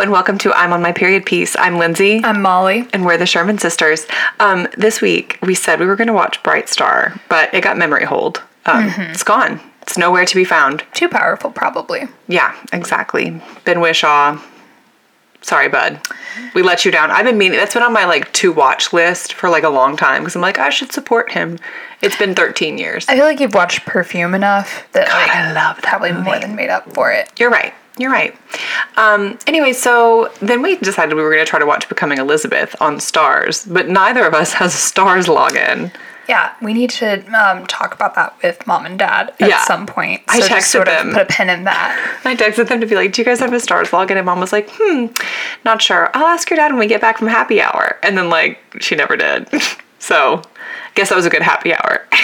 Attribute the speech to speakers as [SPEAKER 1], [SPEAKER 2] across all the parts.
[SPEAKER 1] and welcome to I'm on My Period Piece. I'm Lindsay,
[SPEAKER 2] I'm Molly.
[SPEAKER 1] and we're the Sherman sisters. Um, this week, we said we were going to watch Bright Star, but it got memory hold. Um, It's gone, it's nowhere to be found.
[SPEAKER 2] Too powerful, probably.
[SPEAKER 1] Yeah, exactly. Ben Wishaw. Sorry, bud. We let you down. I've been meaning that's been on my like to watch list for like a long time because I'm like I should support him. It's been 13 years.
[SPEAKER 2] I feel like you've watched Perfume enough that like,
[SPEAKER 1] I love that
[SPEAKER 2] probably more than made up for it.
[SPEAKER 1] You're right. You're right. Um, anyway, so then we decided we were going to try to watch Becoming Elizabeth on Stars, but neither of us has a Stars login.
[SPEAKER 2] Yeah, we need to um, talk about that with mom and dad at
[SPEAKER 1] Yeah.
[SPEAKER 2] some point.
[SPEAKER 1] I
[SPEAKER 2] just
[SPEAKER 1] texted
[SPEAKER 2] sort
[SPEAKER 1] them.
[SPEAKER 2] of put a pin in that.
[SPEAKER 1] I texted them to be like, "Do you guys have a Stars login?" And Mom was like, "Hmm, not sure. I'll ask your dad when we get back from happy hour." And then like she never did. so, guess that was a good happy hour.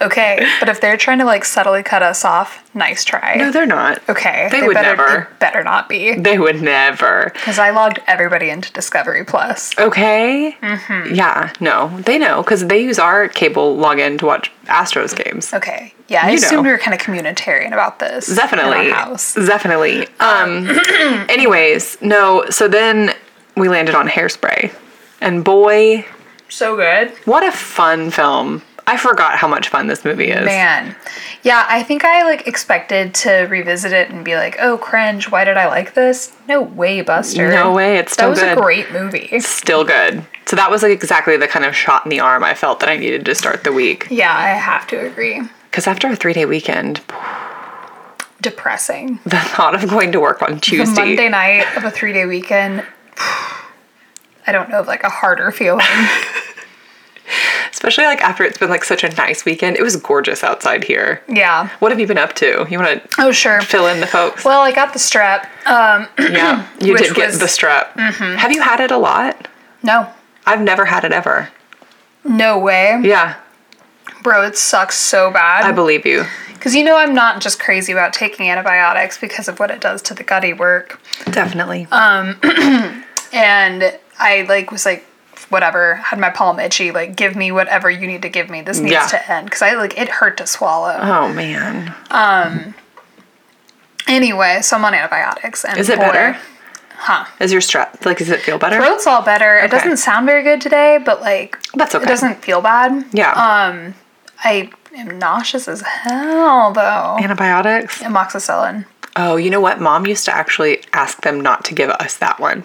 [SPEAKER 2] Okay, but if they're trying to like subtly cut us off, nice try.
[SPEAKER 1] no, they're not.
[SPEAKER 2] okay,
[SPEAKER 1] they, would
[SPEAKER 2] better,
[SPEAKER 1] never.
[SPEAKER 2] They better not be
[SPEAKER 1] They would never.
[SPEAKER 2] because I logged everybody into Discovery Plus.
[SPEAKER 1] Okay. Yeah. No, they know because they use our cable login to watch Astros games.
[SPEAKER 2] Okay, yeah, I
[SPEAKER 1] You
[SPEAKER 2] assumed
[SPEAKER 1] know.
[SPEAKER 2] we were kind of communitarian about this. in our
[SPEAKER 1] definitely
[SPEAKER 2] house.
[SPEAKER 1] definitely um anyways no so then we landed on hairspray and boy
[SPEAKER 2] So good.
[SPEAKER 1] what a fun film i forgot how much fun this movie is
[SPEAKER 2] Man. Yeah, I think I like expected to revisit it and be like, oh cringe, why did I like this? No way, Buster.
[SPEAKER 1] No way, it's
[SPEAKER 2] That
[SPEAKER 1] still
[SPEAKER 2] was
[SPEAKER 1] good.
[SPEAKER 2] a great movie.
[SPEAKER 1] still good so that was like exactly the kind of shot in the arm i felt that i needed to start the week
[SPEAKER 2] Yeah, I have to agree.
[SPEAKER 1] because after a three-day weekend
[SPEAKER 2] Depressing.
[SPEAKER 1] the thought of going to work on
[SPEAKER 2] The
[SPEAKER 1] tuesday
[SPEAKER 2] Monday night of a three day weekend. I don't know of like a harder feeling.
[SPEAKER 1] especially like after it's been like such a nice weekend it was gorgeous outside here
[SPEAKER 2] Yeah.
[SPEAKER 1] what have you been up to you want to
[SPEAKER 2] Oh sure.
[SPEAKER 1] fill in the folks
[SPEAKER 2] Well, I got the strep. Um
[SPEAKER 1] yeah you
[SPEAKER 2] Which
[SPEAKER 1] did get
[SPEAKER 2] was- Mm-hmm.
[SPEAKER 1] the strep have you had it a lot
[SPEAKER 2] no.
[SPEAKER 1] I've never had it ever.
[SPEAKER 2] No way.
[SPEAKER 1] Yeah,
[SPEAKER 2] Bro, it sucks so
[SPEAKER 1] I
[SPEAKER 2] bad.
[SPEAKER 1] believe you.
[SPEAKER 2] Because you know I'm not just crazy about taking antibiotics because of what it does to the gutty work.
[SPEAKER 1] Definitely.
[SPEAKER 2] Uh, and I like was like whatever had my palm itchy like give me whatever you need to give me this needs
[SPEAKER 1] Yeah.
[SPEAKER 2] to end because I like it hurt to swallow
[SPEAKER 1] oh man,
[SPEAKER 2] anyway so I'm on antibiotics and
[SPEAKER 1] is it
[SPEAKER 2] boy,
[SPEAKER 1] better? Huh? Is your strep like? Does it feel better?
[SPEAKER 2] throat's all better it doesn't sound very good today but like
[SPEAKER 1] That's okay.
[SPEAKER 2] it doesn't uh, feel bad
[SPEAKER 1] Yeah.
[SPEAKER 2] I am nauseous as hell though
[SPEAKER 1] Antibiotics.
[SPEAKER 2] amoxicillin
[SPEAKER 1] Oh, you know what? Mom used to actually ask them not to give us that one.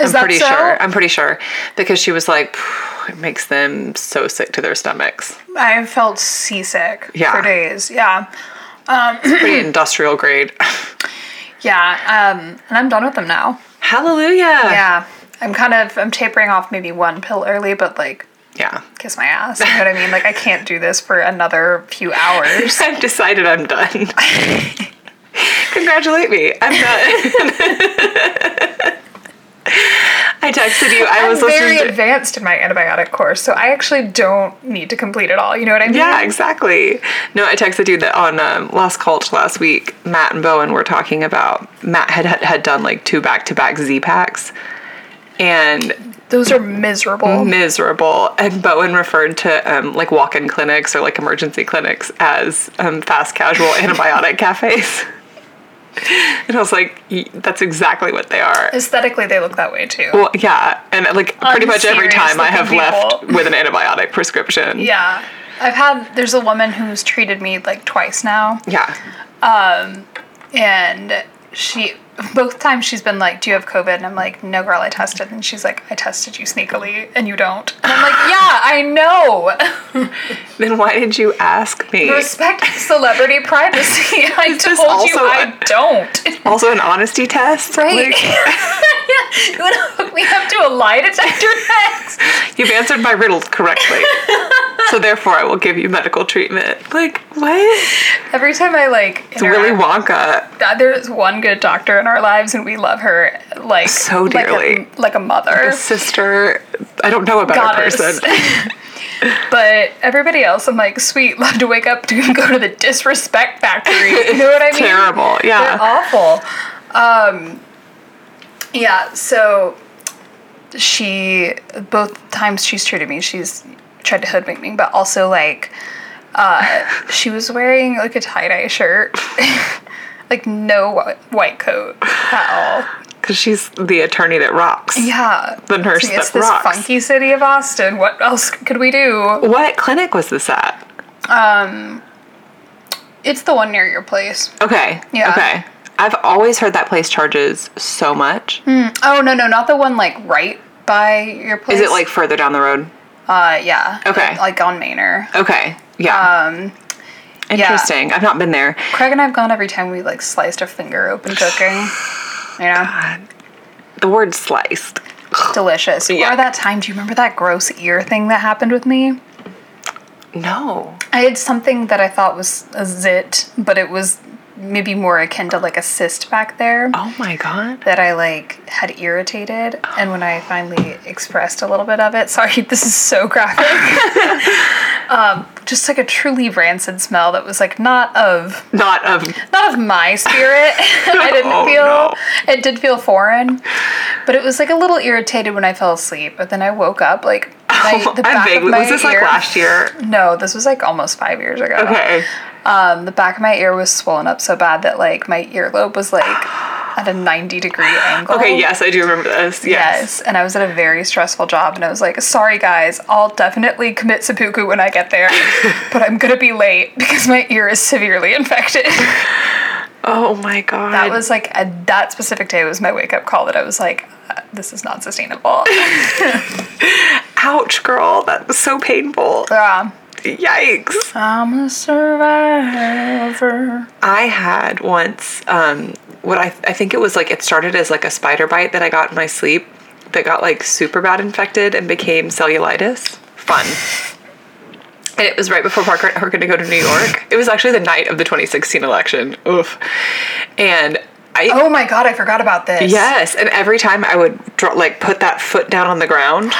[SPEAKER 2] is
[SPEAKER 1] I'm
[SPEAKER 2] that
[SPEAKER 1] pretty
[SPEAKER 2] so
[SPEAKER 1] sure. I'm pretty sure because she was like, "Phew, it makes them so sick to their stomachs.
[SPEAKER 2] I felt seasick
[SPEAKER 1] Yeah.
[SPEAKER 2] for days yeah
[SPEAKER 1] Pretty industrial grade.
[SPEAKER 2] yeah um and I'm done with them now
[SPEAKER 1] Hallelujah.
[SPEAKER 2] yeah I'm kind of I'm tapering off maybe one pill early but like
[SPEAKER 1] Yeah.
[SPEAKER 2] kiss my ass. You know what I mean? Like I can't do this for another few hours.
[SPEAKER 1] I've decided I'm done. Congratulate me. I'm done. I texted you. I was
[SPEAKER 2] I'm very
[SPEAKER 1] listening to
[SPEAKER 2] advanced in my antibiotic course, so I actually don't need to complete it all. You know what I mean?
[SPEAKER 1] Yeah, exactly. No, I texted you that on um, Last Cult last week. Matt and Bowen were talking about Matt had had, had done like two back to back Z packs, and
[SPEAKER 2] Those are
[SPEAKER 1] Mm-hmm.
[SPEAKER 2] miserable.
[SPEAKER 1] miserable. And Bowen referred to um, like walk in clinics or like emergency clinics as um, fast casual antibiotic cafes. And I was like, "Y- that's exactly what they are.
[SPEAKER 2] Aesthetically, they look that way too.
[SPEAKER 1] Well, yeah, and like pretty much every
[SPEAKER 2] Unserious
[SPEAKER 1] time I have
[SPEAKER 2] Oh, looking
[SPEAKER 1] left
[SPEAKER 2] people.
[SPEAKER 1] with an antibiotic prescription.
[SPEAKER 2] yeah. I've had, there's a woman who's treated me like twice now,
[SPEAKER 1] Yeah.
[SPEAKER 2] and she, both times she's been like, Do you have COVID? And I'm like, No, girl, I tested. And she's like, I tested you sneakily, and you don't. And I'm like, Yeah, I know.
[SPEAKER 1] Then why did you ask me?
[SPEAKER 2] Respect celebrity privacy. I told you
[SPEAKER 1] also
[SPEAKER 2] I
[SPEAKER 1] a-
[SPEAKER 2] don't.
[SPEAKER 1] also an honesty test?
[SPEAKER 2] Right.
[SPEAKER 1] Like,
[SPEAKER 2] you want to hook me up to a lie detector next?
[SPEAKER 1] you've answered my riddles correctly. so therefore I will give you medical treatment. Like, what?
[SPEAKER 2] Every time I like, it's
[SPEAKER 1] Willy Wonka.
[SPEAKER 2] There's one good doctor in our lives, and we love her like
[SPEAKER 1] So
[SPEAKER 2] like a-
[SPEAKER 1] dearly.
[SPEAKER 2] like a, mother.
[SPEAKER 1] Sister I don't know about a
[SPEAKER 2] Goddess.
[SPEAKER 1] person.
[SPEAKER 2] but everybody else, I'm like, sweet, love to wake up to go to the disrespect factory. You know what I mean?
[SPEAKER 1] Terrible.
[SPEAKER 2] They're
[SPEAKER 1] Yeah.
[SPEAKER 2] awful. Um, yeah, so she, both times she's treated me, she's tried to hoodwink me, but also like, uh, she was wearing like a tie dye shirt, like no wh- white coat at all.
[SPEAKER 1] because she's the attorney that rocks.
[SPEAKER 2] Yeah.
[SPEAKER 1] The nurse
[SPEAKER 2] See, it's
[SPEAKER 1] that
[SPEAKER 2] this
[SPEAKER 1] rocks.
[SPEAKER 2] funky city of Austin. What else could we do?
[SPEAKER 1] What clinic was this at?
[SPEAKER 2] It's the one near your place.
[SPEAKER 1] Okay.
[SPEAKER 2] Yeah.
[SPEAKER 1] Okay. I've always heard that place charges so much.
[SPEAKER 2] Oh no, no, not the one like right by your place.
[SPEAKER 1] Is it like further down the road?
[SPEAKER 2] uh yeah.
[SPEAKER 1] Okay.
[SPEAKER 2] Like, like on Manor.
[SPEAKER 1] Okay. Yeah.
[SPEAKER 2] Um
[SPEAKER 1] Interesting. I've not been there.
[SPEAKER 2] Craig and I've gone every time we like sliced a finger open cooking. You know?
[SPEAKER 1] The word sliced.
[SPEAKER 2] Delicious.
[SPEAKER 1] Yeah.
[SPEAKER 2] Or that time, do you remember that gross ear thing that happened with me?
[SPEAKER 1] No.
[SPEAKER 2] I had something that I thought was a zit, but it was maybe more akin to like a cyst back there.
[SPEAKER 1] Oh my god.
[SPEAKER 2] that I like had irritated, and when I finally expressed a little bit of it, sorry, this is so graphic. um, just like a truly rancid smell that was like not of
[SPEAKER 1] Not of
[SPEAKER 2] not of my spirit. I didn't
[SPEAKER 1] Oh,
[SPEAKER 2] feel
[SPEAKER 1] no.
[SPEAKER 2] it did feel foreign, but it was like a little irritated when I fell asleep. But then I woke up like my, the back
[SPEAKER 1] I'm vaguely
[SPEAKER 2] of my
[SPEAKER 1] was this like
[SPEAKER 2] ear-
[SPEAKER 1] last year?
[SPEAKER 2] No, this was like almost five years ago.
[SPEAKER 1] Okay.
[SPEAKER 2] Um, the back of my ear was swollen up so bad that like my earlobe was like at a ninety degree angle.
[SPEAKER 1] Okay, yes, I do remember this. Yes.
[SPEAKER 2] Oh. Yes, and I was at a very stressful job, and I was like, "Sorry, guys, I'll definitely commit seppuku when I get there, but I'm gonna be late because my ear is severely infected."
[SPEAKER 1] Oh my god.
[SPEAKER 2] That was like a, that specific day was my wake up call that I was like, uh, "This is not sustainable."
[SPEAKER 1] ouch, girl. That was so painful.
[SPEAKER 2] Yeah.
[SPEAKER 1] Yikes.
[SPEAKER 2] Um, I'm a survivor.
[SPEAKER 1] I had once um what I I think it was like it started as like a spider bite that I got in my sleep that got like super bad infected and became cellulitis. Fun. And it was right before Parker and I were going to go to New York. It was actually the night of the 2016 election. Oof. And I
[SPEAKER 2] Oh my god, I forgot about this.
[SPEAKER 1] Yes, and every time I would draw, like put that foot down on the ground,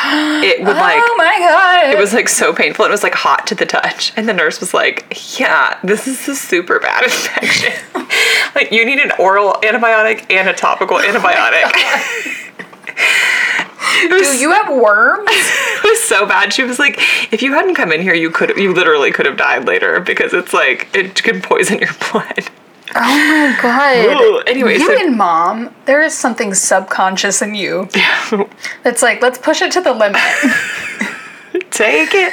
[SPEAKER 1] it would like
[SPEAKER 2] oh my god.
[SPEAKER 1] it was like so painful. It was like hot to the touch, and the nurse was like, "Yeah, this is a super bad infection. like you need an oral antibiotic and a
[SPEAKER 2] Oh
[SPEAKER 1] topical antibiotic." It
[SPEAKER 2] Do
[SPEAKER 1] was,
[SPEAKER 2] you have worms?
[SPEAKER 1] it was so bad. She was like, "If you hadn't come in here, you could you literally could have died later because it's like it can poison your blood."
[SPEAKER 2] Oh my god.
[SPEAKER 1] Ooh, anyway,
[SPEAKER 2] you
[SPEAKER 1] so-
[SPEAKER 2] and mom, there is something subconscious in you that's like, let's push it to the limit.
[SPEAKER 1] Take it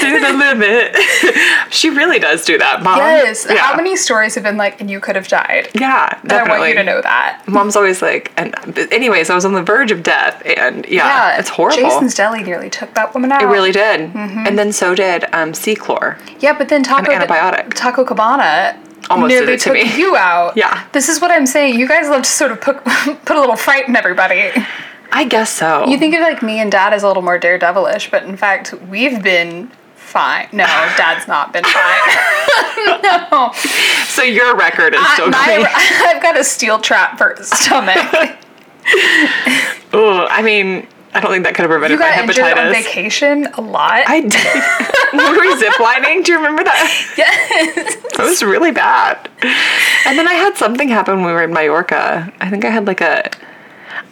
[SPEAKER 1] to the limit. she really does do that, mom.
[SPEAKER 2] yes.
[SPEAKER 1] Yeah.
[SPEAKER 2] How many stories have been like, and you could have died?
[SPEAKER 1] Yeah,
[SPEAKER 2] And I
[SPEAKER 1] definitely.
[SPEAKER 2] want you to know that.
[SPEAKER 1] Mom's always like, and but anyways, I was on the verge of death, and yeah, it's horrible.
[SPEAKER 2] Jason's Mm-hmm. Deli nearly took that woman out.
[SPEAKER 1] it really did, and then so did um, Clor.
[SPEAKER 2] Yeah, but then Taco
[SPEAKER 1] An antibiotic.
[SPEAKER 2] Taco Cabana
[SPEAKER 1] Almost did
[SPEAKER 2] nearly
[SPEAKER 1] it to
[SPEAKER 2] took
[SPEAKER 1] me.
[SPEAKER 2] you out.
[SPEAKER 1] Yeah.
[SPEAKER 2] This is what I'm saying. You guys love to sort of put put a little fright in everybody.
[SPEAKER 1] I guess so.
[SPEAKER 2] You think of like me and dad as a little more daredevilish, but in fact, we've been fine. No, dad's not been fine. no.
[SPEAKER 1] so your record is
[SPEAKER 2] I,
[SPEAKER 1] still great.
[SPEAKER 2] my, I've got a steel trap for stomach.
[SPEAKER 1] Ugh, I mean, I don't think that could have
[SPEAKER 2] you
[SPEAKER 1] prevented my
[SPEAKER 2] got injured on
[SPEAKER 1] hepatitis.
[SPEAKER 2] vacation a lot.
[SPEAKER 1] I did. we were ziplining. Do you remember that?
[SPEAKER 2] yes.
[SPEAKER 1] That was really bad. And then I had something happen when we were in Mallorca. I think I had like a.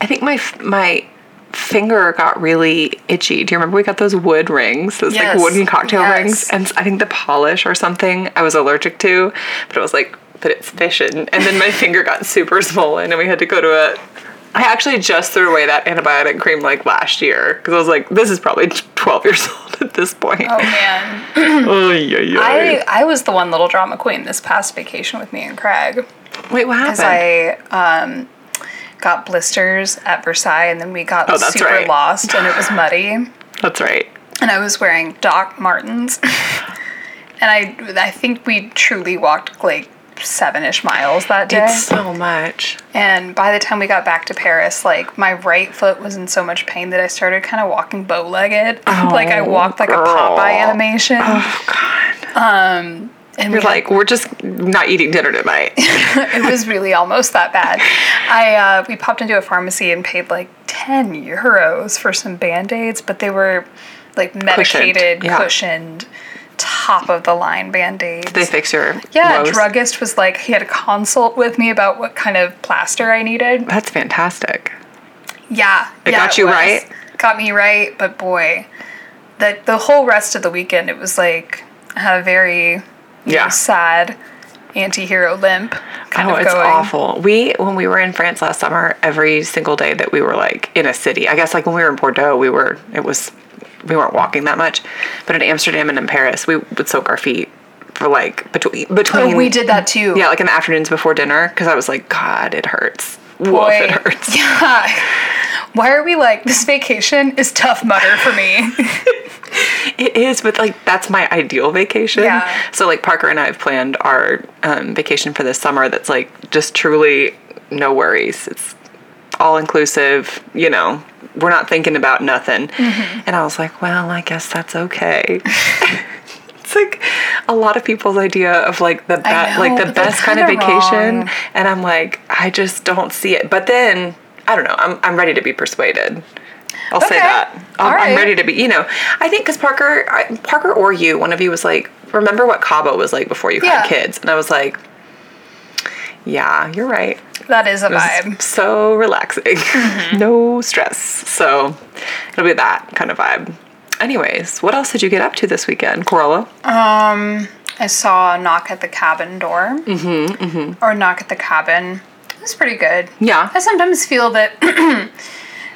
[SPEAKER 1] I think my f- my finger got really itchy. Do you remember we got those wood rings, those
[SPEAKER 2] Yes.
[SPEAKER 1] like wooden cocktail
[SPEAKER 2] Yes.
[SPEAKER 1] rings, and I think the polish or something I was allergic to, but it was like, but it's fission. And then my finger got super swollen, and we had to go to a. I actually just threw away that antibiotic cream like last year because I was like, this is probably 12 years old at this point.
[SPEAKER 2] Oh man.
[SPEAKER 1] Oh, yeah, yeah.
[SPEAKER 2] I I was the one little drama queen this past vacation with me and Craig.
[SPEAKER 1] Wait, what
[SPEAKER 2] because
[SPEAKER 1] happened?
[SPEAKER 2] I um, got blisters at Versailles, and then we got
[SPEAKER 1] Oh, that's
[SPEAKER 2] super
[SPEAKER 1] right.
[SPEAKER 2] lost, and it was muddy, and
[SPEAKER 1] That's right.
[SPEAKER 2] I was wearing Doc Martens, and I I think we truly walked like seven ish miles that day,
[SPEAKER 1] It's so much.
[SPEAKER 2] and by the time we got back to Paris, like my right foot was in so much pain that I started kind of walking bow legged, like I
[SPEAKER 1] Oh,
[SPEAKER 2] walked like
[SPEAKER 1] girl.
[SPEAKER 2] a Popeye animation, Um,
[SPEAKER 1] Oh God.
[SPEAKER 2] and
[SPEAKER 1] You're
[SPEAKER 2] we had
[SPEAKER 1] like, we're just not eating dinner tonight.
[SPEAKER 2] it was really almost that bad. I uh, we popped into a pharmacy and paid like ten euros for some band aids, but they were like medicated, cushioned,
[SPEAKER 1] yeah.
[SPEAKER 2] top of the line band aids.
[SPEAKER 1] they fix your
[SPEAKER 2] yeah,
[SPEAKER 1] woes.
[SPEAKER 2] druggist was like he had a consult with me about what kind of plaster I needed.
[SPEAKER 1] That's fantastic.
[SPEAKER 2] Yeah, it
[SPEAKER 1] got you right?
[SPEAKER 2] Got me right, but boy, the the whole rest of the weekend it was like I had a very you know,
[SPEAKER 1] Yeah.
[SPEAKER 2] sad anti-hero limp kind
[SPEAKER 1] oh,
[SPEAKER 2] of
[SPEAKER 1] it's
[SPEAKER 2] going.
[SPEAKER 1] awful. We when we were in France last summer, every single day that we were like in a city. I guess like when we were in Bordeaux, we were it was we weren't walking that much, but in Amsterdam and in Paris, we would soak our feet for like between between.
[SPEAKER 2] Oh, we did that too.
[SPEAKER 1] Yeah, like in the afternoons before dinner, because I was like, God, it hurts. Woof,
[SPEAKER 2] Boy.
[SPEAKER 1] it hurts.
[SPEAKER 2] Yeah. Why are we like this vacation is tough mutter for me?
[SPEAKER 1] It is, but like that's my ideal vacation.
[SPEAKER 2] Yeah.
[SPEAKER 1] So like Parker and I have planned our um, vacation for this summer. That's like just truly no worries. It's all inclusive. You know, we're not thinking about nothing.
[SPEAKER 2] Mm-hmm.
[SPEAKER 1] And I was like, well, I guess that's okay. it's like a lot of people's idea of like the be-
[SPEAKER 2] I know,
[SPEAKER 1] like the
[SPEAKER 2] but they're
[SPEAKER 1] best kind of
[SPEAKER 2] kinda
[SPEAKER 1] vacation.
[SPEAKER 2] wrong.
[SPEAKER 1] And I'm like, I just don't see it. But then I don't know. I'm I'm ready to be persuaded. I'll say
[SPEAKER 2] Okay.
[SPEAKER 1] that. I'm,
[SPEAKER 2] All
[SPEAKER 1] I'm
[SPEAKER 2] right.
[SPEAKER 1] ready to be. You know, I think because Parker, I, Parker or you, one of you was like, "Remember what Cabo was like before you
[SPEAKER 2] Yeah.
[SPEAKER 1] had kids?" And I was like, "Yeah, you're right.
[SPEAKER 2] that is a
[SPEAKER 1] It was
[SPEAKER 2] vibe.
[SPEAKER 1] so relaxing, Mm-hmm. no stress. So it'll be that kind of vibe." Anyways, what else did you get up to this weekend, Corolla?
[SPEAKER 2] Um, I saw a knock at the cabin door. Mm-hmm, mm-hmm. Or knock at the cabin. It was pretty good.
[SPEAKER 1] Yeah.
[SPEAKER 2] I sometimes feel that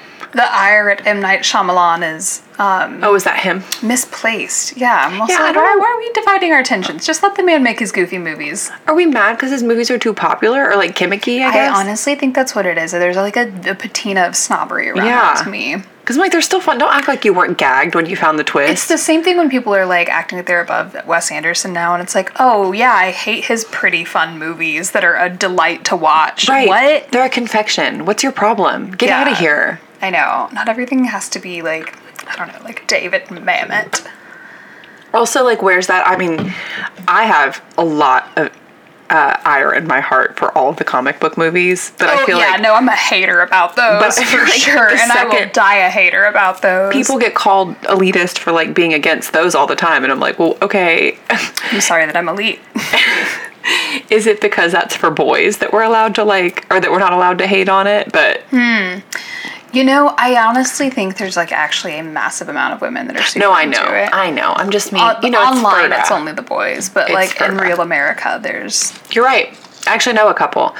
[SPEAKER 2] the ire at M. Night Shyamalan is um,
[SPEAKER 1] Oh, is that him?
[SPEAKER 2] misplaced. Yeah, I'm also
[SPEAKER 1] Yeah, I
[SPEAKER 2] like,
[SPEAKER 1] don't
[SPEAKER 2] why,
[SPEAKER 1] know.
[SPEAKER 2] why are we dividing our attentions? Just let the man make his goofy movies.
[SPEAKER 1] Are we mad because his movies are too popular or like gimmicky? I
[SPEAKER 2] I
[SPEAKER 1] guess.
[SPEAKER 2] honestly think that's what it is. There's like a, a patina of snobbery around
[SPEAKER 1] Yeah.
[SPEAKER 2] it to me.
[SPEAKER 1] Because like they're still fun. Don't act like you weren't gagged when you found the twist.
[SPEAKER 2] It's the same thing when people are like acting that they're above Wes Anderson now, and it's like, oh yeah, I hate his pretty fun movies that are a delight to watch.
[SPEAKER 1] Right.
[SPEAKER 2] What?
[SPEAKER 1] They're a confection. What's your problem? Get
[SPEAKER 2] Yeah.
[SPEAKER 1] out of here.
[SPEAKER 2] I know. Not everything has to be like, I don't know, like David Mamet.
[SPEAKER 1] Also, like, where's that? I mean, I have a lot of uh, ire in my heart for all of the comic book movies, but I
[SPEAKER 2] oh
[SPEAKER 1] feel
[SPEAKER 2] yeah,
[SPEAKER 1] like
[SPEAKER 2] no, I'm a hater about those
[SPEAKER 1] But I
[SPEAKER 2] for
[SPEAKER 1] feel like
[SPEAKER 2] sure,
[SPEAKER 1] the
[SPEAKER 2] and I will
[SPEAKER 1] second-
[SPEAKER 2] die a hater about those.
[SPEAKER 1] people get called elitist for like being against those all the time, and I'm like, well, okay,
[SPEAKER 2] I'm sorry that I'm elite.
[SPEAKER 1] is it because that's for boys that we're allowed to like, or that we're not allowed to hate on it? But
[SPEAKER 2] Hmm, You know, I honestly think there's like actually a massive amount of women that are super
[SPEAKER 1] no, I know,
[SPEAKER 2] into it.
[SPEAKER 1] I know. I'm just mean.
[SPEAKER 2] On-
[SPEAKER 1] you know,
[SPEAKER 2] online
[SPEAKER 1] it's,
[SPEAKER 2] it's,
[SPEAKER 1] Ferda.
[SPEAKER 2] only the boys, but
[SPEAKER 1] It's
[SPEAKER 2] like in
[SPEAKER 1] Ferda.
[SPEAKER 2] real America, there's
[SPEAKER 1] You're right. I actually know a couple.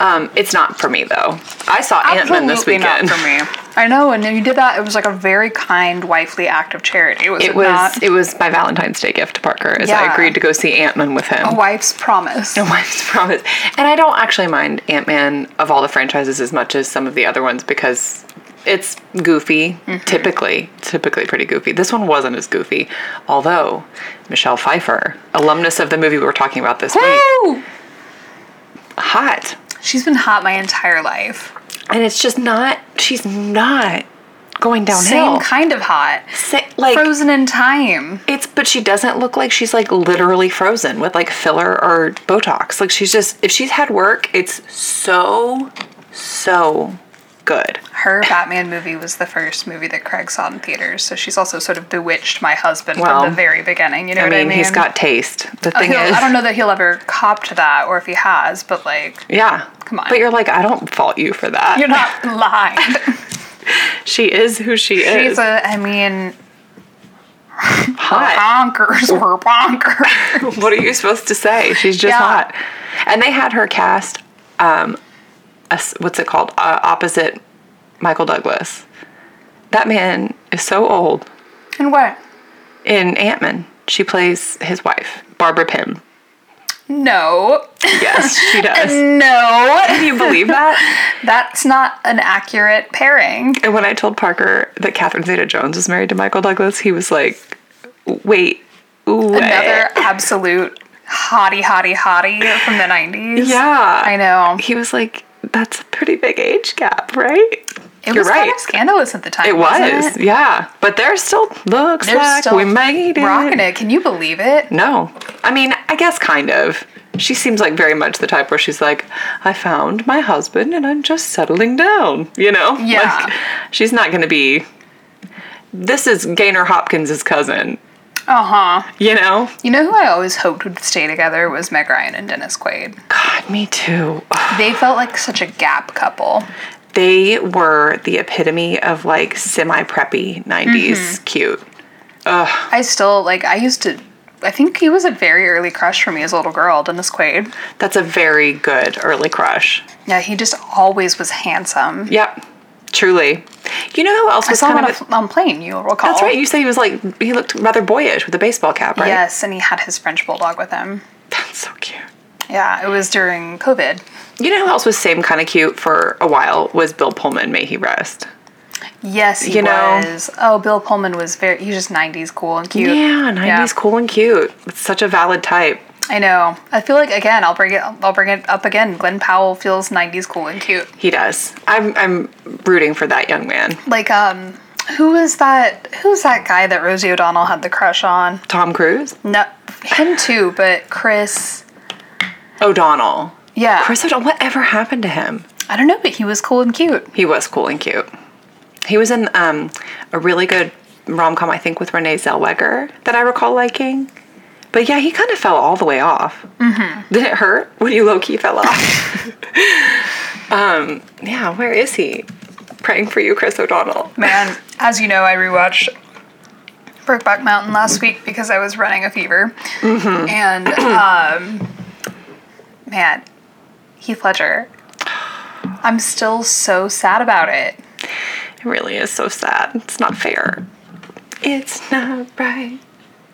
[SPEAKER 1] Um, it's not for me though. I saw Ant Man this
[SPEAKER 2] Absolutely
[SPEAKER 1] weekend.
[SPEAKER 2] Not for me. I know, and you did that. It was like a very kind, wifely act of charity. Was it,
[SPEAKER 1] It was
[SPEAKER 2] not?
[SPEAKER 1] it was my Valentine's Day gift to Parker as I
[SPEAKER 2] Yeah.
[SPEAKER 1] agreed to go see Ant Man with him.
[SPEAKER 2] a wife's promise.
[SPEAKER 1] Wife's promise. And I don't actually mind Ant Man of all the franchises as much as some of the other ones because it's goofy, typically. Typically pretty goofy. This one wasn't as goofy. Although Michelle Pfeiffer, alumnus of the movie we were talking about this week,
[SPEAKER 2] Woo!
[SPEAKER 1] hot.
[SPEAKER 2] She's been hot my entire life.
[SPEAKER 1] And it's just not she's not going downhill.
[SPEAKER 2] Same kind of hot.
[SPEAKER 1] Sa- like
[SPEAKER 2] Frozen in time.
[SPEAKER 1] It's but she doesn't look like she's like literally frozen with like filler or Botox. Like she's just if she's had work, it's so so good.
[SPEAKER 2] Her Batman movie was the first movie that Craig saw in theaters, so she's also sort of bewitched my husband
[SPEAKER 1] Well,
[SPEAKER 2] from the very beginning. You know
[SPEAKER 1] I
[SPEAKER 2] what
[SPEAKER 1] mean,
[SPEAKER 2] I mean?
[SPEAKER 1] he's got taste. The thing
[SPEAKER 2] He'll-
[SPEAKER 1] is,
[SPEAKER 2] Uh, I don't know that he'll ever cop to that, or if he has, but like,
[SPEAKER 1] Yeah,
[SPEAKER 2] Come on.
[SPEAKER 1] But you're like, I don't fault you for that.
[SPEAKER 2] you're not lying.
[SPEAKER 1] She is who she is.
[SPEAKER 2] She's a, I mean,
[SPEAKER 1] hot.
[SPEAKER 2] bonkers were bonkers.
[SPEAKER 1] what are you supposed to say? She's just
[SPEAKER 2] Yeah.
[SPEAKER 1] hot. And they had her cast, um, as- what's it called? Uh, opposite Michael Douglas. That man is so old.
[SPEAKER 2] and what?
[SPEAKER 1] in Ant Man. She plays his wife, Barbara Pym.
[SPEAKER 2] No.
[SPEAKER 1] Yes, she does.
[SPEAKER 2] No.
[SPEAKER 1] Can you believe that?
[SPEAKER 2] That's not an accurate pairing.
[SPEAKER 1] And when I told Parker that Catherine Zeta Jones was married to Michael Douglas, he was like, wait, wait.
[SPEAKER 2] Another absolute hottie, hottie, hottie from the 90s.
[SPEAKER 1] Yeah.
[SPEAKER 2] I know.
[SPEAKER 1] He was like, that's a pretty big age gap, right?
[SPEAKER 2] It
[SPEAKER 1] You're
[SPEAKER 2] was
[SPEAKER 1] right.
[SPEAKER 2] kind of scandalous at the time.
[SPEAKER 1] it
[SPEAKER 2] wasn't
[SPEAKER 1] was, yeah. But they're still, looks
[SPEAKER 2] They're
[SPEAKER 1] like
[SPEAKER 2] still
[SPEAKER 1] we made it.
[SPEAKER 2] Rocking it. Can you believe it?
[SPEAKER 1] No. I mean, I guess kind of. She seems like very much the type where she's like, I found my husband and I'm just settling down, you know?
[SPEAKER 2] Yeah.
[SPEAKER 1] Like, she's not going to be, this is Gaynor Hopkins' cousin,
[SPEAKER 2] Uh huh.
[SPEAKER 1] you know?
[SPEAKER 2] You know who I always hoped would stay together was Meg Ryan and Dennis Quaid.
[SPEAKER 1] God, me too. Ugh.
[SPEAKER 2] They felt like such a gap couple.
[SPEAKER 1] They were the epitome of
[SPEAKER 2] Mm-hmm.
[SPEAKER 1] like semi preppy 90s cute.
[SPEAKER 2] I still like I used to I think he was a very early crush for me as a little girl, Dennis Quaid.
[SPEAKER 1] That's a very good early crush.
[SPEAKER 2] Yeah, he just always was handsome.
[SPEAKER 1] Yep, truly. You know who else
[SPEAKER 2] I
[SPEAKER 1] was
[SPEAKER 2] saw him
[SPEAKER 1] kind
[SPEAKER 2] on,
[SPEAKER 1] of?
[SPEAKER 2] a, on plane, you'll recall.
[SPEAKER 1] that's right. You say he was like he looked rather boyish with a baseball cap, right?
[SPEAKER 2] Yes, and he had his French bulldog with him.
[SPEAKER 1] That's so cute.
[SPEAKER 2] Yeah, it was during COVID.
[SPEAKER 1] You know who else was same kind of cute for a while was Bill Pullman. May he rest.
[SPEAKER 2] Yes, he
[SPEAKER 1] You know?
[SPEAKER 2] was. Oh, Bill Pullman was very, he was just 90s cool and cute.
[SPEAKER 1] Yeah, nineties cool and cute. It's such a valid type.
[SPEAKER 2] I know. I feel like, again, I'll bring it, I'll bring it up again. Glenn Powell feels 90s cool and cute.
[SPEAKER 1] He does. I'm I'm rooting for that young man,
[SPEAKER 2] Like, um, who was that, who's that guy that Rosie O'Donnell had the crush on?
[SPEAKER 1] Tom Cruise,
[SPEAKER 2] No, him too, but Chris,
[SPEAKER 1] O'Donnell.
[SPEAKER 2] yeah.
[SPEAKER 1] Chris O'Donnell. Whatever happened to him?
[SPEAKER 2] I don't know, but he was cool and cute.
[SPEAKER 1] He was cool and cute. He was in um, a really good rom com, I think, with Renee Zellweger that I recall liking. But yeah, he kind of fell all the way off. Mm-hmm. Did it hurt when you low key fell off? um, yeah, where is he? Praying for you, Chris O'Donnell.
[SPEAKER 2] Man, as you know, I rewatched Brokeback Mountain last week because I was running a fever. And, um, man, Heath Ledger. I'm still so sad about it.
[SPEAKER 1] It really is so sad. It's not fair. It's not right.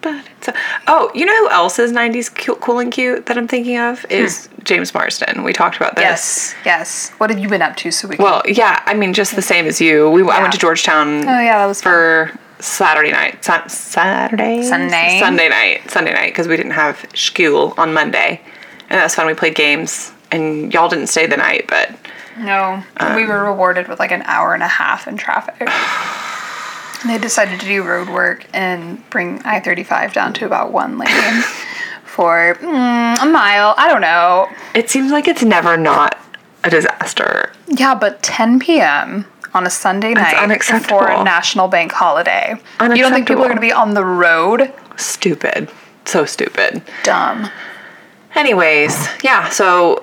[SPEAKER 1] But it's a- oh, you know who else is 90s cu- cool and cute that I'm thinking of? Is James Marsden. We talked about this.
[SPEAKER 2] Yes. Yes. What have you been up to so we can
[SPEAKER 1] Well, yeah, I mean, just the same as you. We I
[SPEAKER 2] Yeah.
[SPEAKER 1] went to Georgetown.
[SPEAKER 2] Oh, yeah, that was fun.
[SPEAKER 1] for Saturday night, Sa- Saturday,
[SPEAKER 2] Sunday.
[SPEAKER 1] Sunday night, Sunday night, because we didn't have school on Monday, and that was fun. We played games, and y'all didn't stay the night, but
[SPEAKER 2] No, we were rewarded with like an hour and a half in traffic. And they decided to do road work and bring I 35 down to about one lane for mm, a mile. I don't know.
[SPEAKER 1] it seems like it's never not a disaster.
[SPEAKER 2] Yeah, but 10 p.m. on a Sunday night
[SPEAKER 1] unacceptable.
[SPEAKER 2] before a national bank holiday. You don't think
[SPEAKER 1] Unacceptable.
[SPEAKER 2] people are going to be on the road?
[SPEAKER 1] Stupid, so stupid.
[SPEAKER 2] Dumb.
[SPEAKER 1] Anyways, yeah, so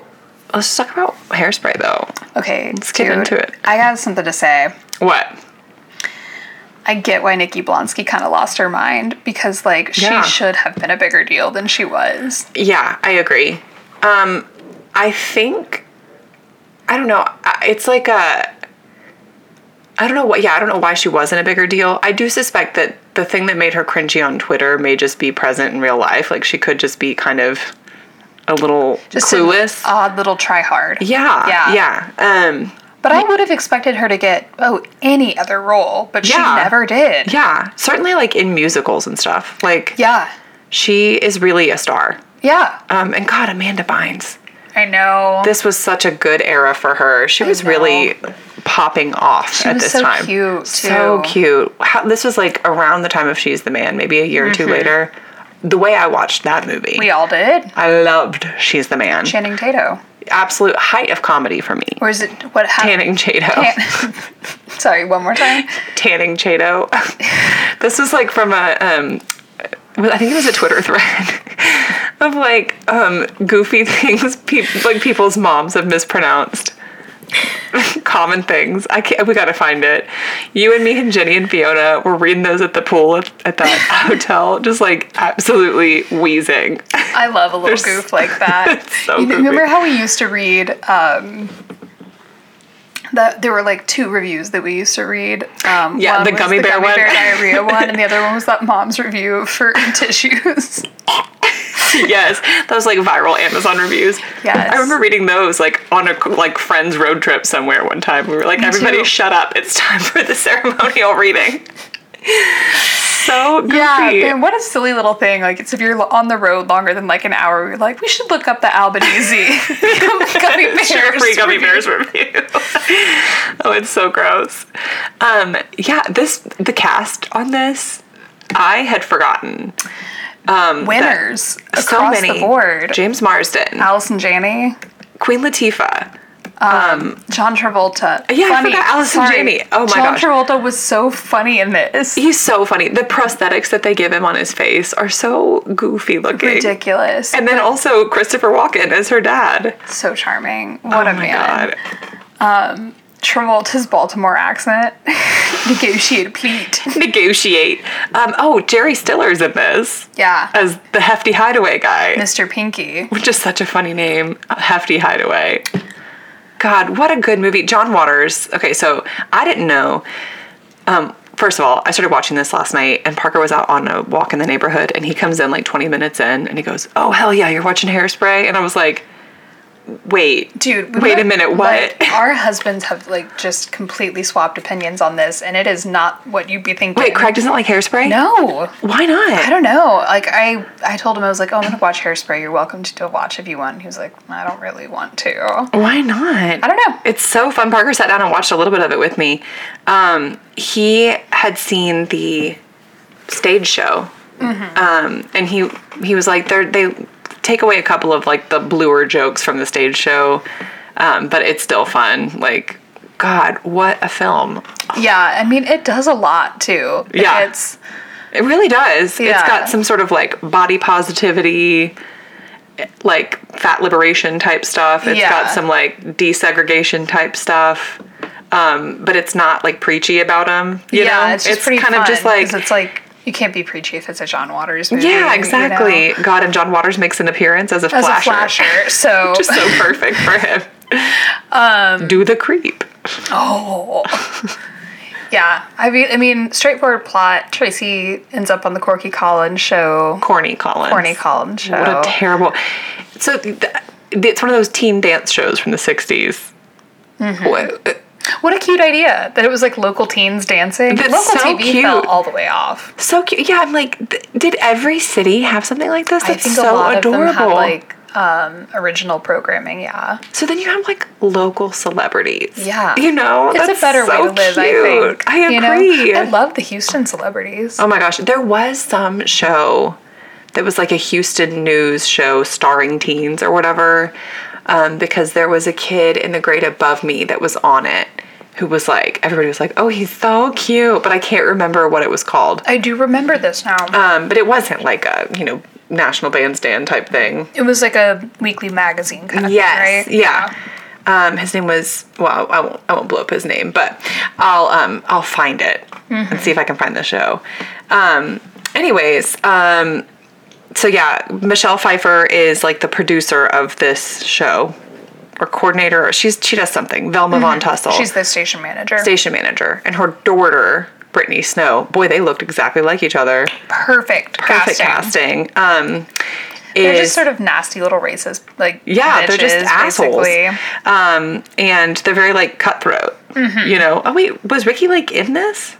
[SPEAKER 1] let's talk about hairspray though.
[SPEAKER 2] Okay,
[SPEAKER 1] Let's get
[SPEAKER 2] dude,
[SPEAKER 1] into it.
[SPEAKER 2] I got something to say.
[SPEAKER 1] What?
[SPEAKER 2] I get why Nikki Blonsky kind of lost her mind because like she
[SPEAKER 1] Yeah.
[SPEAKER 2] should have been a bigger deal than she was.
[SPEAKER 1] Yeah, I agree. Um, I think I don't know. I- It's like a I don't know what. Yeah, I don't know why she wasn't a bigger deal. I do suspect that the thing that made her cringy on Twitter may just be present in real life. Like she could just be kind of a little
[SPEAKER 2] Just an
[SPEAKER 1] clueless.
[SPEAKER 2] odd little try hard.
[SPEAKER 1] yeah,
[SPEAKER 2] Yeah.
[SPEAKER 1] yeah. Um,
[SPEAKER 2] But I would have expected her to get oh any other role, but
[SPEAKER 1] Yeah.
[SPEAKER 2] she never did.
[SPEAKER 1] yeah. Certainly, like in musicals and stuff. Like
[SPEAKER 2] Yeah.
[SPEAKER 1] she is really a star.
[SPEAKER 2] Yeah.
[SPEAKER 1] Um, and God, Amanda Bynes.
[SPEAKER 2] I know.
[SPEAKER 1] this was such a good era for her. She was
[SPEAKER 2] know.
[SPEAKER 1] really popping off at
[SPEAKER 2] was
[SPEAKER 1] this
[SPEAKER 2] so
[SPEAKER 1] time.
[SPEAKER 2] cute,
[SPEAKER 1] So
[SPEAKER 2] too.
[SPEAKER 1] cute. How, this was like around the time of She's the Man, maybe a year or two later. The way I watched that movie,
[SPEAKER 2] Mm-hmm. we all did.
[SPEAKER 1] I loved She's the Man.
[SPEAKER 2] Channing Tato.
[SPEAKER 1] Absolute height of comedy for me.
[SPEAKER 2] Or is it what happened?
[SPEAKER 1] Tanning Chato.
[SPEAKER 2] Sorry, one more time.
[SPEAKER 1] Tanning Chato. this was like from a, um, I think it was a Twitter thread of like um, goofy things, peop like people's moms have mispronounced common things. I can't, we gotta find it. You and me and Jenny and Fiona were reading those at the pool at, at that hotel, just like absolutely wheezing.
[SPEAKER 2] I love a little
[SPEAKER 1] There's-
[SPEAKER 2] goof like that.
[SPEAKER 1] so
[SPEAKER 2] you remember
[SPEAKER 1] goofy.
[SPEAKER 2] how we used to read um, that there were like two reviews that we used to read. Um,
[SPEAKER 1] Yeah, the
[SPEAKER 2] was
[SPEAKER 1] gummy bear one.
[SPEAKER 2] diarrhea one, and the other one was that mom's review for tissues.
[SPEAKER 1] yes, those like viral Amazon reviews.
[SPEAKER 2] Yes.
[SPEAKER 1] I remember reading those like on a like friend's road trip somewhere one time. We were like, everybody,
[SPEAKER 2] too.
[SPEAKER 1] shut up! It's time for the ceremonial reading. so goofy.
[SPEAKER 2] Yeah, man, what a silly little thing. Like, it's if you're lo- on the road longer than like an hour, you're like, we should look up the Albanese gummy bears.
[SPEAKER 1] Sugar-free gummy
[SPEAKER 2] review.
[SPEAKER 1] bears review. oh, it's so gross. Um, yeah, this the cast on this, I had forgotten
[SPEAKER 2] Winners across
[SPEAKER 1] so many.
[SPEAKER 2] the board.
[SPEAKER 1] James Marsden,
[SPEAKER 2] Allison Janney.
[SPEAKER 1] Queen Latifah.
[SPEAKER 2] John Travolta.
[SPEAKER 1] Yeah, I forgot Alice and Jamie. Oh my
[SPEAKER 2] John
[SPEAKER 1] gosh.
[SPEAKER 2] Travolta was so funny in this.
[SPEAKER 1] He's so funny. The prosthetics that they give him on his face are so goofy looking.
[SPEAKER 2] Ridiculous.
[SPEAKER 1] And then also Christopher Walken as her dad.
[SPEAKER 2] Oh so charming. What a
[SPEAKER 1] Oh my
[SPEAKER 2] man.
[SPEAKER 1] god.
[SPEAKER 2] Travolta's Baltimore accent. Negotiate a pleat.
[SPEAKER 1] Negotiate. Um, oh, Jerry Stiller's in this
[SPEAKER 2] Yeah.
[SPEAKER 1] as the hefty hideaway guy.
[SPEAKER 2] Mr. Pinky.
[SPEAKER 1] which is such a funny name, Hefty Hideaway. God, what a good movie. John Waters. Okay, so I didn't know. Um, first of all, I started watching this last night, and Parker was out on a walk in the neighborhood, and he comes in like 20 minutes in, and he goes, "Oh hell yeah, you're watching Hairspray," and I was like, "Wait,
[SPEAKER 2] Dude, we
[SPEAKER 1] wait a
[SPEAKER 2] like-
[SPEAKER 1] minute, what?"
[SPEAKER 2] like, our husbands have like just completely swapped opinions on this, and it is not what you'd be thinking.
[SPEAKER 1] wait, Craig doesn't like Hairspray.
[SPEAKER 2] No,
[SPEAKER 1] why not?
[SPEAKER 2] I don't know. Like I, I told him I was like, "Oh, I'm gonna watch Hairspray. You're welcome to, to watch if you want." He was like, "I don't really want to."
[SPEAKER 1] Why not?
[SPEAKER 2] I don't know.
[SPEAKER 1] It's so fun. Parker sat down and watched a little bit of it with me. Um, he had seen the stage show, um, and he he was like, "They're, they take away a couple of like the bluer jokes from the stage show, um, but it's still fun." Like, God, what a film!
[SPEAKER 2] Yeah, I mean, it does a lot too.
[SPEAKER 1] Yeah.
[SPEAKER 2] it's
[SPEAKER 1] It really does. It's
[SPEAKER 2] Yeah.
[SPEAKER 1] got some sort of like body positivity, like fat liberation type stuff. It's
[SPEAKER 2] Yeah.
[SPEAKER 1] got some like desegregation type stuff. Um, but it's not like preachy about them. You
[SPEAKER 2] yeah,
[SPEAKER 1] know?
[SPEAKER 2] it's just pretty
[SPEAKER 1] kind of just
[SPEAKER 2] fun,
[SPEAKER 1] like
[SPEAKER 2] 'cause it's like you can't be preachy if it's a John Waters movie. you
[SPEAKER 1] yeah,
[SPEAKER 2] know?
[SPEAKER 1] exactly. God and John Waters makes an appearance as a
[SPEAKER 2] As
[SPEAKER 1] flasher.
[SPEAKER 2] a flasher, so
[SPEAKER 1] just so perfect for him.
[SPEAKER 2] Um,
[SPEAKER 1] Do the creep.
[SPEAKER 2] yeah. I mean, I mean, straightforward plot. Tracy ends up on the Corky Collins show.
[SPEAKER 1] Corny Collins.
[SPEAKER 2] Corny Collins show.
[SPEAKER 1] What a terrible. So th- th- it's one of those teen dance shows from the uh, 60s.
[SPEAKER 2] Mm-hmm.
[SPEAKER 1] What-
[SPEAKER 2] What a cute idea that it was like local teens dancing.
[SPEAKER 1] That's so
[SPEAKER 2] local TV
[SPEAKER 1] cute.
[SPEAKER 2] fell all the way off.
[SPEAKER 1] So cute. Yeah, I'm like, th- did every city have something like this? That's so adorable.
[SPEAKER 2] of them had like um, original programming. Yeah,
[SPEAKER 1] so then you have like local celebrities.
[SPEAKER 2] Yeah.
[SPEAKER 1] You know,
[SPEAKER 2] it's
[SPEAKER 1] that's
[SPEAKER 2] a better
[SPEAKER 1] so
[SPEAKER 2] way to live. I
[SPEAKER 1] cute.
[SPEAKER 2] think.
[SPEAKER 1] I
[SPEAKER 2] You know?
[SPEAKER 1] agree.
[SPEAKER 2] I love the Houston celebrities.
[SPEAKER 1] oh my gosh, there was some show that was like a Houston news show starring teens or whatever, um, because there was a kid in the grade above me that was on it. Who was like, everybody was like, oh, he's so cute, but I can't remember what it was called.
[SPEAKER 2] I do remember this now.
[SPEAKER 1] Um, but it wasn't like a, you know, national bandstand type thing.
[SPEAKER 2] it was like a weekly magazine kind of
[SPEAKER 1] Yes.
[SPEAKER 2] thing, right?
[SPEAKER 1] Yeah. Um, his name was well, I won't I won't blow up his name, but I'll um I'll find it and see if I can find the show. Um, anyways, um, so yeah, Michelle Pfeiffer is like the producer of this show or coordinator. Or she's she does something. Velma Von Tussle,
[SPEAKER 2] Mm-hmm. She's the station manager.
[SPEAKER 1] station manager, and her daughter Brittany Snow. Boy, they looked exactly like each other.
[SPEAKER 2] Perfect,
[SPEAKER 1] Perfect
[SPEAKER 2] casting.
[SPEAKER 1] casting. Um,
[SPEAKER 2] They're
[SPEAKER 1] is-
[SPEAKER 2] just sort of nasty little racist, like
[SPEAKER 1] yeah, they're just
[SPEAKER 2] bitches,
[SPEAKER 1] assholes.
[SPEAKER 2] basically.
[SPEAKER 1] Um, and they're very like cutthroat.
[SPEAKER 2] Mm-hmm.
[SPEAKER 1] You know. Oh wait, was Ricky like in this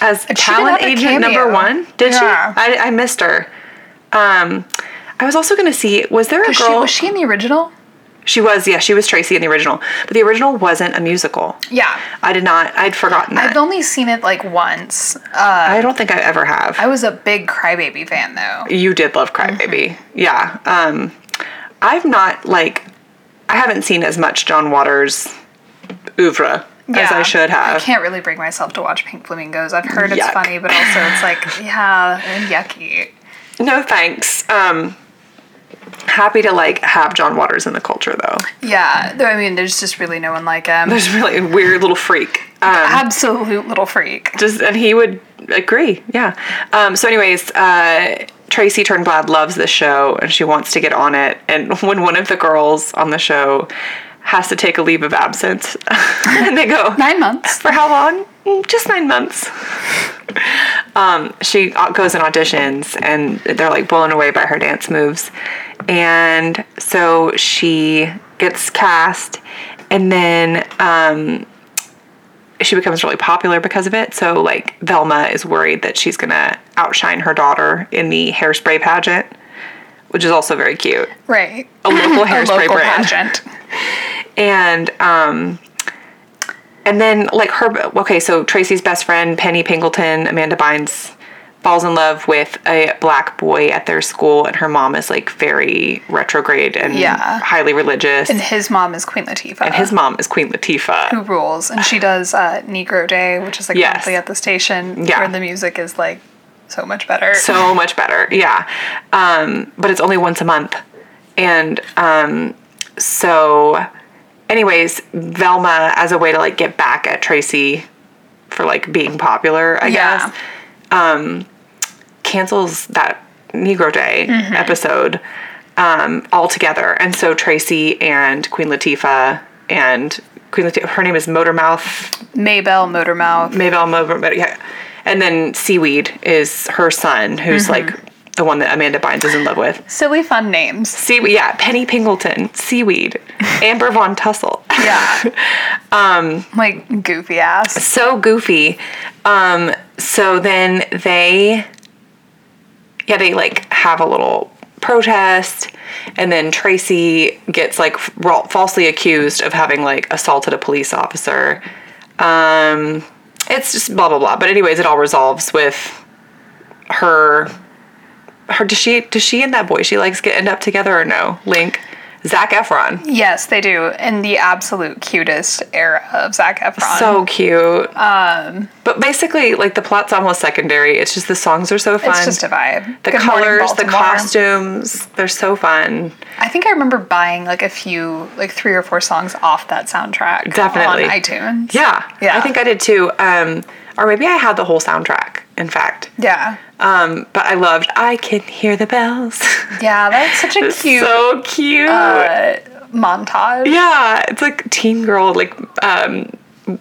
[SPEAKER 1] as
[SPEAKER 2] she did
[SPEAKER 1] talent
[SPEAKER 2] have a
[SPEAKER 1] agent
[SPEAKER 2] cameo.
[SPEAKER 1] number one? Did
[SPEAKER 2] Yeah.
[SPEAKER 1] she? I, I missed her. Um, I was also gonna see. Was there a
[SPEAKER 2] Was she,
[SPEAKER 1] girl?
[SPEAKER 2] was she in the original?
[SPEAKER 1] she was. Yeah, she was Tracy in the original, but the original wasn't a musical.
[SPEAKER 2] Yeah.
[SPEAKER 1] I did not. I'd forgotten that. I
[SPEAKER 2] I've
[SPEAKER 1] don't,
[SPEAKER 2] only seen it like once.
[SPEAKER 1] think I ever have.
[SPEAKER 2] I was a big Crybaby fan though.
[SPEAKER 1] you did love Crybaby.
[SPEAKER 2] Mm-hmm.
[SPEAKER 1] Yeah. Um, I've not like I haven't seen as much John Waters oeuvre as I should have.
[SPEAKER 2] I can't really bring myself to watch Pink Flamingos. I've heard it's
[SPEAKER 1] Yuck.
[SPEAKER 2] funny, but also it's like, yeah, and yucky.
[SPEAKER 1] No thanks. Um, happy to like have John Waters in the culture though.
[SPEAKER 2] Yeah, though I mean, there's just really no one like him.
[SPEAKER 1] There's really a weird little freak. Um,
[SPEAKER 2] Absolute little freak.
[SPEAKER 1] just and he would agree. Yeah. Um, so anyways, uh, Tracy Turnblad loves this show and she wants to get on it. And when one of the girls on the show has to take a leave of absence, and they go,
[SPEAKER 2] Nine months.
[SPEAKER 1] For how long? "Mm, Just nine months. um, she au- goes and auditions, and they're like blown away by her dance moves. And so she gets cast, and then um, she becomes really popular because of it. So, like, Velma is worried that she's gonna outshine her daughter in the hairspray pageant, which is also very cute.
[SPEAKER 2] Right.
[SPEAKER 1] A local hairspray
[SPEAKER 2] Local
[SPEAKER 1] brand
[SPEAKER 2] pageant.
[SPEAKER 1] and um and then like her okay so tracy's best friend penny pingleton amanda bynes falls in love with a black boy at their school and her mom is like very retrograde and
[SPEAKER 2] Yeah.
[SPEAKER 1] highly religious
[SPEAKER 2] And his mom is Queen Latifah.
[SPEAKER 1] and his mom is queen latifah
[SPEAKER 2] who rules. And she does uh, Negro Day, which is like
[SPEAKER 1] Yes.
[SPEAKER 2] monthly at the station
[SPEAKER 1] Yeah.
[SPEAKER 2] where the music is like so much better.
[SPEAKER 1] so much better. Yeah. Um, but it's only once a month. And um, so Anyways, Velma, as a way to like get back at Tracy for like being popular, I
[SPEAKER 2] Yeah.
[SPEAKER 1] guess, um, cancels that Negro Day episode um, altogether. And so Tracy and Queen Latifah and Queen Latifah, her name is Motormouth.
[SPEAKER 2] Maybell, Motormouth.
[SPEAKER 1] Maybell Mobram, but yeah. And then Seaweed is her son, who's like the one that Amanda Bynes is in love with.
[SPEAKER 2] Silly fun names.
[SPEAKER 1] Seaweed, yeah, Penny Pingleton, Seaweed, Amber Von Tussle.
[SPEAKER 2] Yeah. um, like goofy ass.
[SPEAKER 1] so goofy. Um, so then they, yeah, they like have a little protest, and then Tracy gets like f- ra- falsely accused of having like assaulted a police officer. Um, it's just blah blah blah. But anyways, it all resolves with her. Her does she does she and that boy she likes get end up together or no? Link, Zach Efron,
[SPEAKER 2] Yes, they do. In the absolute cutest era of Zac Efron.
[SPEAKER 1] So cute. Um, but basically, like the plot's almost secondary. It's just the songs are so fun.
[SPEAKER 2] it's just a vibe.
[SPEAKER 1] the
[SPEAKER 2] Good Morning
[SPEAKER 1] colors, the
[SPEAKER 2] Baltimore.
[SPEAKER 1] costumes, they're so fun.
[SPEAKER 2] I think I remember buying like a few, like three or four songs off that soundtrack.
[SPEAKER 1] Definitely.
[SPEAKER 2] On iTunes.
[SPEAKER 1] Yeah,
[SPEAKER 2] Yeah.
[SPEAKER 1] I think I did too. Um, or maybe I had the whole soundtrack. In fact,
[SPEAKER 2] Yeah.
[SPEAKER 1] um, but I loved "I Can Hear the Bells."
[SPEAKER 2] Yeah, that's such a
[SPEAKER 1] It's
[SPEAKER 2] cute
[SPEAKER 1] so cute.
[SPEAKER 2] uh, montage.
[SPEAKER 1] yeah, it's like teen girl like um,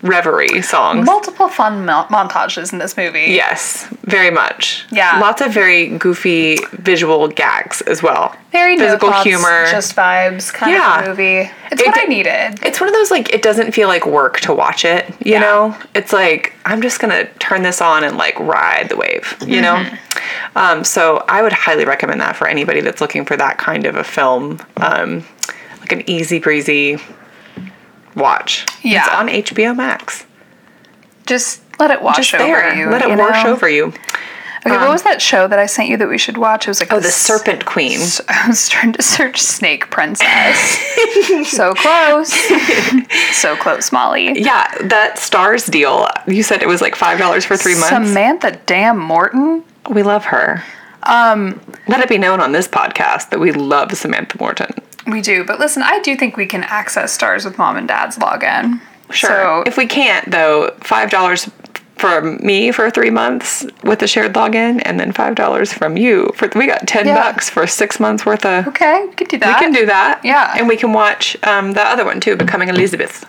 [SPEAKER 1] reverie songs.
[SPEAKER 2] Multiple fun mo- montages in this movie.
[SPEAKER 1] Yes, very much.
[SPEAKER 2] Yeah.
[SPEAKER 1] lots of very goofy visual gags as well.
[SPEAKER 2] Very no
[SPEAKER 1] physical
[SPEAKER 2] thoughts,
[SPEAKER 1] humor,
[SPEAKER 2] just vibes kind
[SPEAKER 1] Yeah.
[SPEAKER 2] of movie. It's
[SPEAKER 1] It
[SPEAKER 2] what
[SPEAKER 1] d-
[SPEAKER 2] I needed.
[SPEAKER 1] it's one of those like it doesn't feel like work to watch it you
[SPEAKER 2] Yeah.
[SPEAKER 1] know it's like i'm just gonna turn this on and like ride the wave you know
[SPEAKER 2] Mm-hmm.
[SPEAKER 1] um, so i would highly recommend that for anybody that's looking for that kind of a film um, like an easy breezy watch
[SPEAKER 2] Yeah.
[SPEAKER 1] it's on hbo max
[SPEAKER 2] Just let it wash
[SPEAKER 1] just
[SPEAKER 2] over
[SPEAKER 1] there
[SPEAKER 2] you.
[SPEAKER 1] let it
[SPEAKER 2] you
[SPEAKER 1] wash
[SPEAKER 2] know?
[SPEAKER 1] over you
[SPEAKER 2] Okay, what was that show that I sent you that we should watch? It was like
[SPEAKER 1] oh the serpent queen
[SPEAKER 2] I was trying to search Snake Princess. so close. so close, Molly.
[SPEAKER 1] yeah that stars deal you said it was like five dollars for three months
[SPEAKER 2] Samantha Damn Morton.
[SPEAKER 1] We love her.
[SPEAKER 2] Um,
[SPEAKER 1] Let it be known on this podcast that we love Samantha Morton.
[SPEAKER 2] we do, but listen, I do think we can access stars with mom and dad's login.
[SPEAKER 1] So
[SPEAKER 2] So
[SPEAKER 1] if we can't, though, five dollars from me for three months with a shared login, and then five dollars from you for we got ten
[SPEAKER 2] Yeah.
[SPEAKER 1] bucks for six months worth of.
[SPEAKER 2] okay, we can do
[SPEAKER 1] We
[SPEAKER 2] that.
[SPEAKER 1] can do that.
[SPEAKER 2] Yeah.
[SPEAKER 1] and we can watch um, the other one too, Becoming Elizabeth.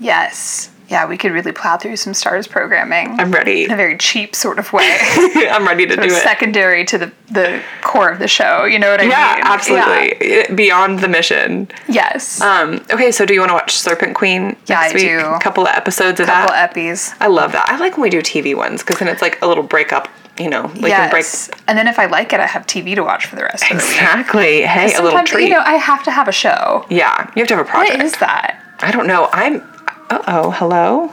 [SPEAKER 2] Yes. Yeah, we could really plow through some stars programming
[SPEAKER 1] I'm ready.
[SPEAKER 2] in a very cheap sort of way.
[SPEAKER 1] I'm ready to do it.
[SPEAKER 2] secondary to the, the core of the show. You know what I
[SPEAKER 1] yeah,
[SPEAKER 2] mean?
[SPEAKER 1] absolutely. It- Beyond the mission.
[SPEAKER 2] Yeah. Yes.
[SPEAKER 1] Um, okay, so do you want to watch Serpent Queen
[SPEAKER 2] Yeah,
[SPEAKER 1] next
[SPEAKER 2] I
[SPEAKER 1] week?
[SPEAKER 2] do.
[SPEAKER 1] A couple of episodes of that.
[SPEAKER 2] Couple Eppies.
[SPEAKER 1] I love that. I like when we do TV ones because then it's like a little breakup, you know, like can break.
[SPEAKER 2] yes. And then if I like it, I have TV to watch for the rest of the week.
[SPEAKER 1] Exactly. Hey, a little
[SPEAKER 2] Sometimes,
[SPEAKER 1] treat.
[SPEAKER 2] you know, I have to have a show.
[SPEAKER 1] yeah, you have to have a
[SPEAKER 2] What
[SPEAKER 1] project.
[SPEAKER 2] is that?
[SPEAKER 1] I don't know. I'm. Uh oh. Hello.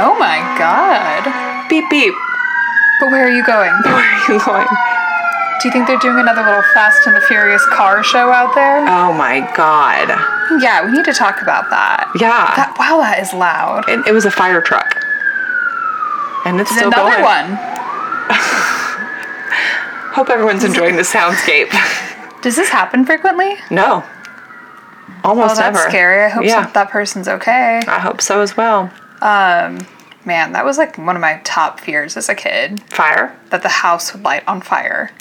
[SPEAKER 2] Oh my god.
[SPEAKER 1] Beep beep.
[SPEAKER 2] But where are you going?
[SPEAKER 1] Where are you going?
[SPEAKER 2] Do you think they're doing another little Fast and the Furious car show out there?
[SPEAKER 1] Oh my god.
[SPEAKER 2] Yeah, we need to talk about that.
[SPEAKER 1] Yeah.
[SPEAKER 2] That, wow, that is loud.
[SPEAKER 1] it, it was a fire truck. And it's still
[SPEAKER 2] Another
[SPEAKER 1] going.
[SPEAKER 2] one.
[SPEAKER 1] Hope everyone's enjoying the soundscape.
[SPEAKER 2] Does this happen frequently?
[SPEAKER 1] no. Almost
[SPEAKER 2] Oh, that's
[SPEAKER 1] never.
[SPEAKER 2] scary. I hope
[SPEAKER 1] Yeah.
[SPEAKER 2] so- that person's okay.
[SPEAKER 1] I hope so as well.
[SPEAKER 2] Um, man, that was like one of my top fears as a kid
[SPEAKER 1] Fire.
[SPEAKER 2] that the house would light on fire.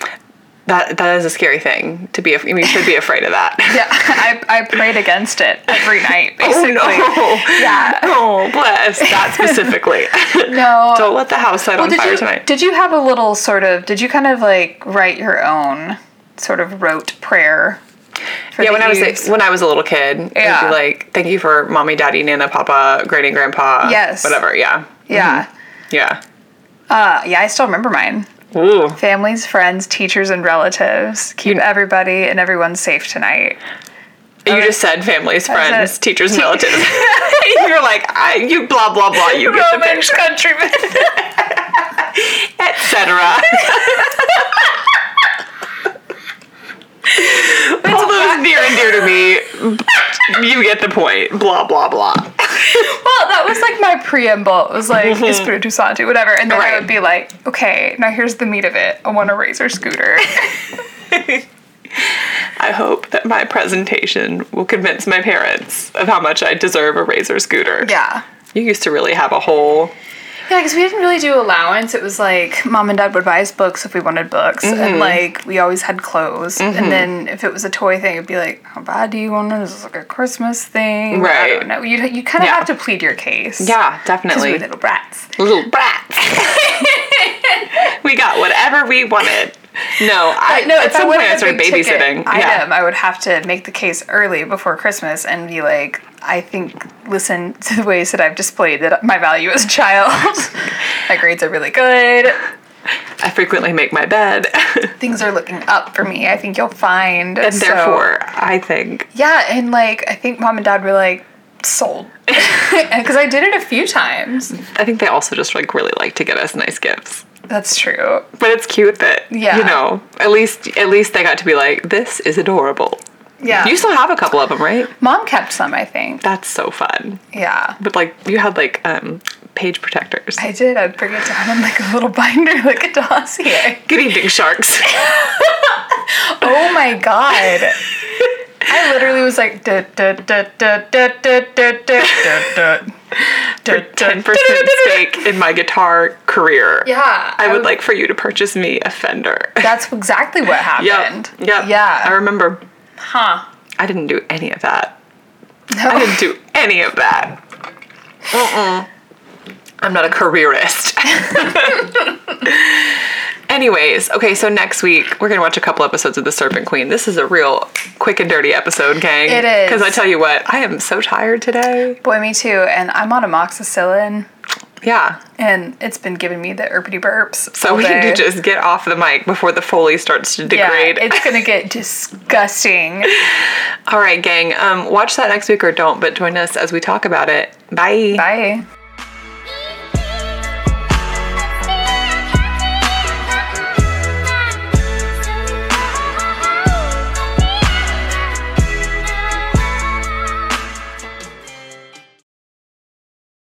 [SPEAKER 1] That that is a scary thing to be. af- I mean, you should be afraid of that.
[SPEAKER 2] Yeah, I, I prayed against it every night,
[SPEAKER 1] Oh
[SPEAKER 2] basically.
[SPEAKER 1] no!
[SPEAKER 2] Yeah.
[SPEAKER 1] Oh, bless that specifically.
[SPEAKER 2] No.
[SPEAKER 1] Don't let the house light on
[SPEAKER 2] did
[SPEAKER 1] fire
[SPEAKER 2] you
[SPEAKER 1] tonight.
[SPEAKER 2] did you have a little sort of did you kind of like write your own sort of rote prayer? for
[SPEAKER 1] yeah,
[SPEAKER 2] the
[SPEAKER 1] when I was
[SPEAKER 2] youths?
[SPEAKER 1] a, when I was a little kid, I'd
[SPEAKER 2] Yeah.
[SPEAKER 1] be like, "Thank you for mommy, daddy, nana, papa, granny, grandpa,
[SPEAKER 2] Yes.
[SPEAKER 1] whatever." Yeah, Mm-hmm.
[SPEAKER 2] yeah,
[SPEAKER 1] yeah.
[SPEAKER 2] uh, yeah, I still remember mine.
[SPEAKER 1] Ooh,
[SPEAKER 2] Families, friends, teachers, and relatives. Keep everybody and everyone safe tonight.
[SPEAKER 1] you just said families, friends,
[SPEAKER 2] it.
[SPEAKER 1] teachers, and relatives. You're like, I, you blah blah blah. You get the picture,
[SPEAKER 2] countrymen.
[SPEAKER 1] etc. All those near and dear to me. You get the point. Blah blah blah.
[SPEAKER 2] Well, that was like my preamble. It was like Espiritu Santo, whatever. And then
[SPEAKER 1] Right.
[SPEAKER 2] I would be like, okay, now here's the meat of it. I want a razor scooter.
[SPEAKER 1] I hope that my presentation will convince my parents of how much I deserve a Razor scooter.
[SPEAKER 2] Yeah.
[SPEAKER 1] You used to really have a whole
[SPEAKER 2] Yeah, because we didn't really do allowance. It was like mom and dad would buy us books if we wanted books,
[SPEAKER 1] Mm-hmm.
[SPEAKER 2] and like we always had clothes. And then if it was a toy thing, it'd be like, "How bad do you want it? Is this like a Christmas thing?" I
[SPEAKER 1] Right.
[SPEAKER 2] don't know. You you kind of
[SPEAKER 1] Yeah.
[SPEAKER 2] have to plead your case.
[SPEAKER 1] Yeah,
[SPEAKER 2] 'Cause we
[SPEAKER 1] definitely.
[SPEAKER 2] were little brats.
[SPEAKER 1] little brat. we got whatever we wanted. No, I
[SPEAKER 2] no,
[SPEAKER 1] at
[SPEAKER 2] if I
[SPEAKER 1] some point
[SPEAKER 2] wanted
[SPEAKER 1] I
[SPEAKER 2] a
[SPEAKER 1] started
[SPEAKER 2] big ticket
[SPEAKER 1] babysitting.
[SPEAKER 2] item, I would have to make the case early before Christmas and be like, I think listen to the ways that I've displayed that my value as a child. my grades are really good.
[SPEAKER 1] I frequently make my bed.
[SPEAKER 2] Things are looking up for me. I think you'll find.
[SPEAKER 1] and therefore, I think
[SPEAKER 2] yeah, and like I think mom and dad were like sold because I did it a few times.
[SPEAKER 1] I think they also just like really like to get us nice gifts.
[SPEAKER 2] That's true.
[SPEAKER 1] But it's cute that
[SPEAKER 2] Yeah.
[SPEAKER 1] you know, at least at least they got to be like this is adorable.
[SPEAKER 2] Yeah,
[SPEAKER 1] You still have a couple of them, right?
[SPEAKER 2] mom kept some. I think.
[SPEAKER 1] That's so fun.
[SPEAKER 2] Yeah.
[SPEAKER 1] But like you had like um page protectors.
[SPEAKER 2] I did. I'd bring it down in like a little binder, like a dossier.
[SPEAKER 1] Good evening, sharks.
[SPEAKER 2] Oh my god. I literally was like duh, duh, duh, duh, duh, duh, duh, duh, duh, duh,
[SPEAKER 1] Ten
[SPEAKER 2] duh.
[SPEAKER 1] percent stake in my guitar career.
[SPEAKER 2] Yeah.
[SPEAKER 1] I would like for you to purchase me a Fender.
[SPEAKER 2] That's exactly what
[SPEAKER 1] Yeah.
[SPEAKER 2] happened.
[SPEAKER 1] Yeah. I
[SPEAKER 2] Yeah.
[SPEAKER 1] remember.
[SPEAKER 2] Huh.
[SPEAKER 1] I didn't do any of that. I
[SPEAKER 2] No.
[SPEAKER 1] didn't do any of that. Mm-mm. I'm not a careerist. Anyways, okay, so next week we're gonna watch a couple episodes of The Serpent Queen. This is a real quick and dirty episode, gang.
[SPEAKER 2] It is.
[SPEAKER 1] Because I tell you what, I am so tired today.
[SPEAKER 2] Boy, me too. And I'm on amoxicillin,
[SPEAKER 1] Yeah.
[SPEAKER 2] and it's been giving me the erpity burps.
[SPEAKER 1] So
[SPEAKER 2] all
[SPEAKER 1] we need to
[SPEAKER 2] day.
[SPEAKER 1] just get off the mic before the foley starts to
[SPEAKER 2] Yeah,
[SPEAKER 1] degrade.
[SPEAKER 2] it's gonna get disgusting.
[SPEAKER 1] All right, gang. Um, watch that next week or don't, but join us as we talk about it. Bye.
[SPEAKER 2] Bye.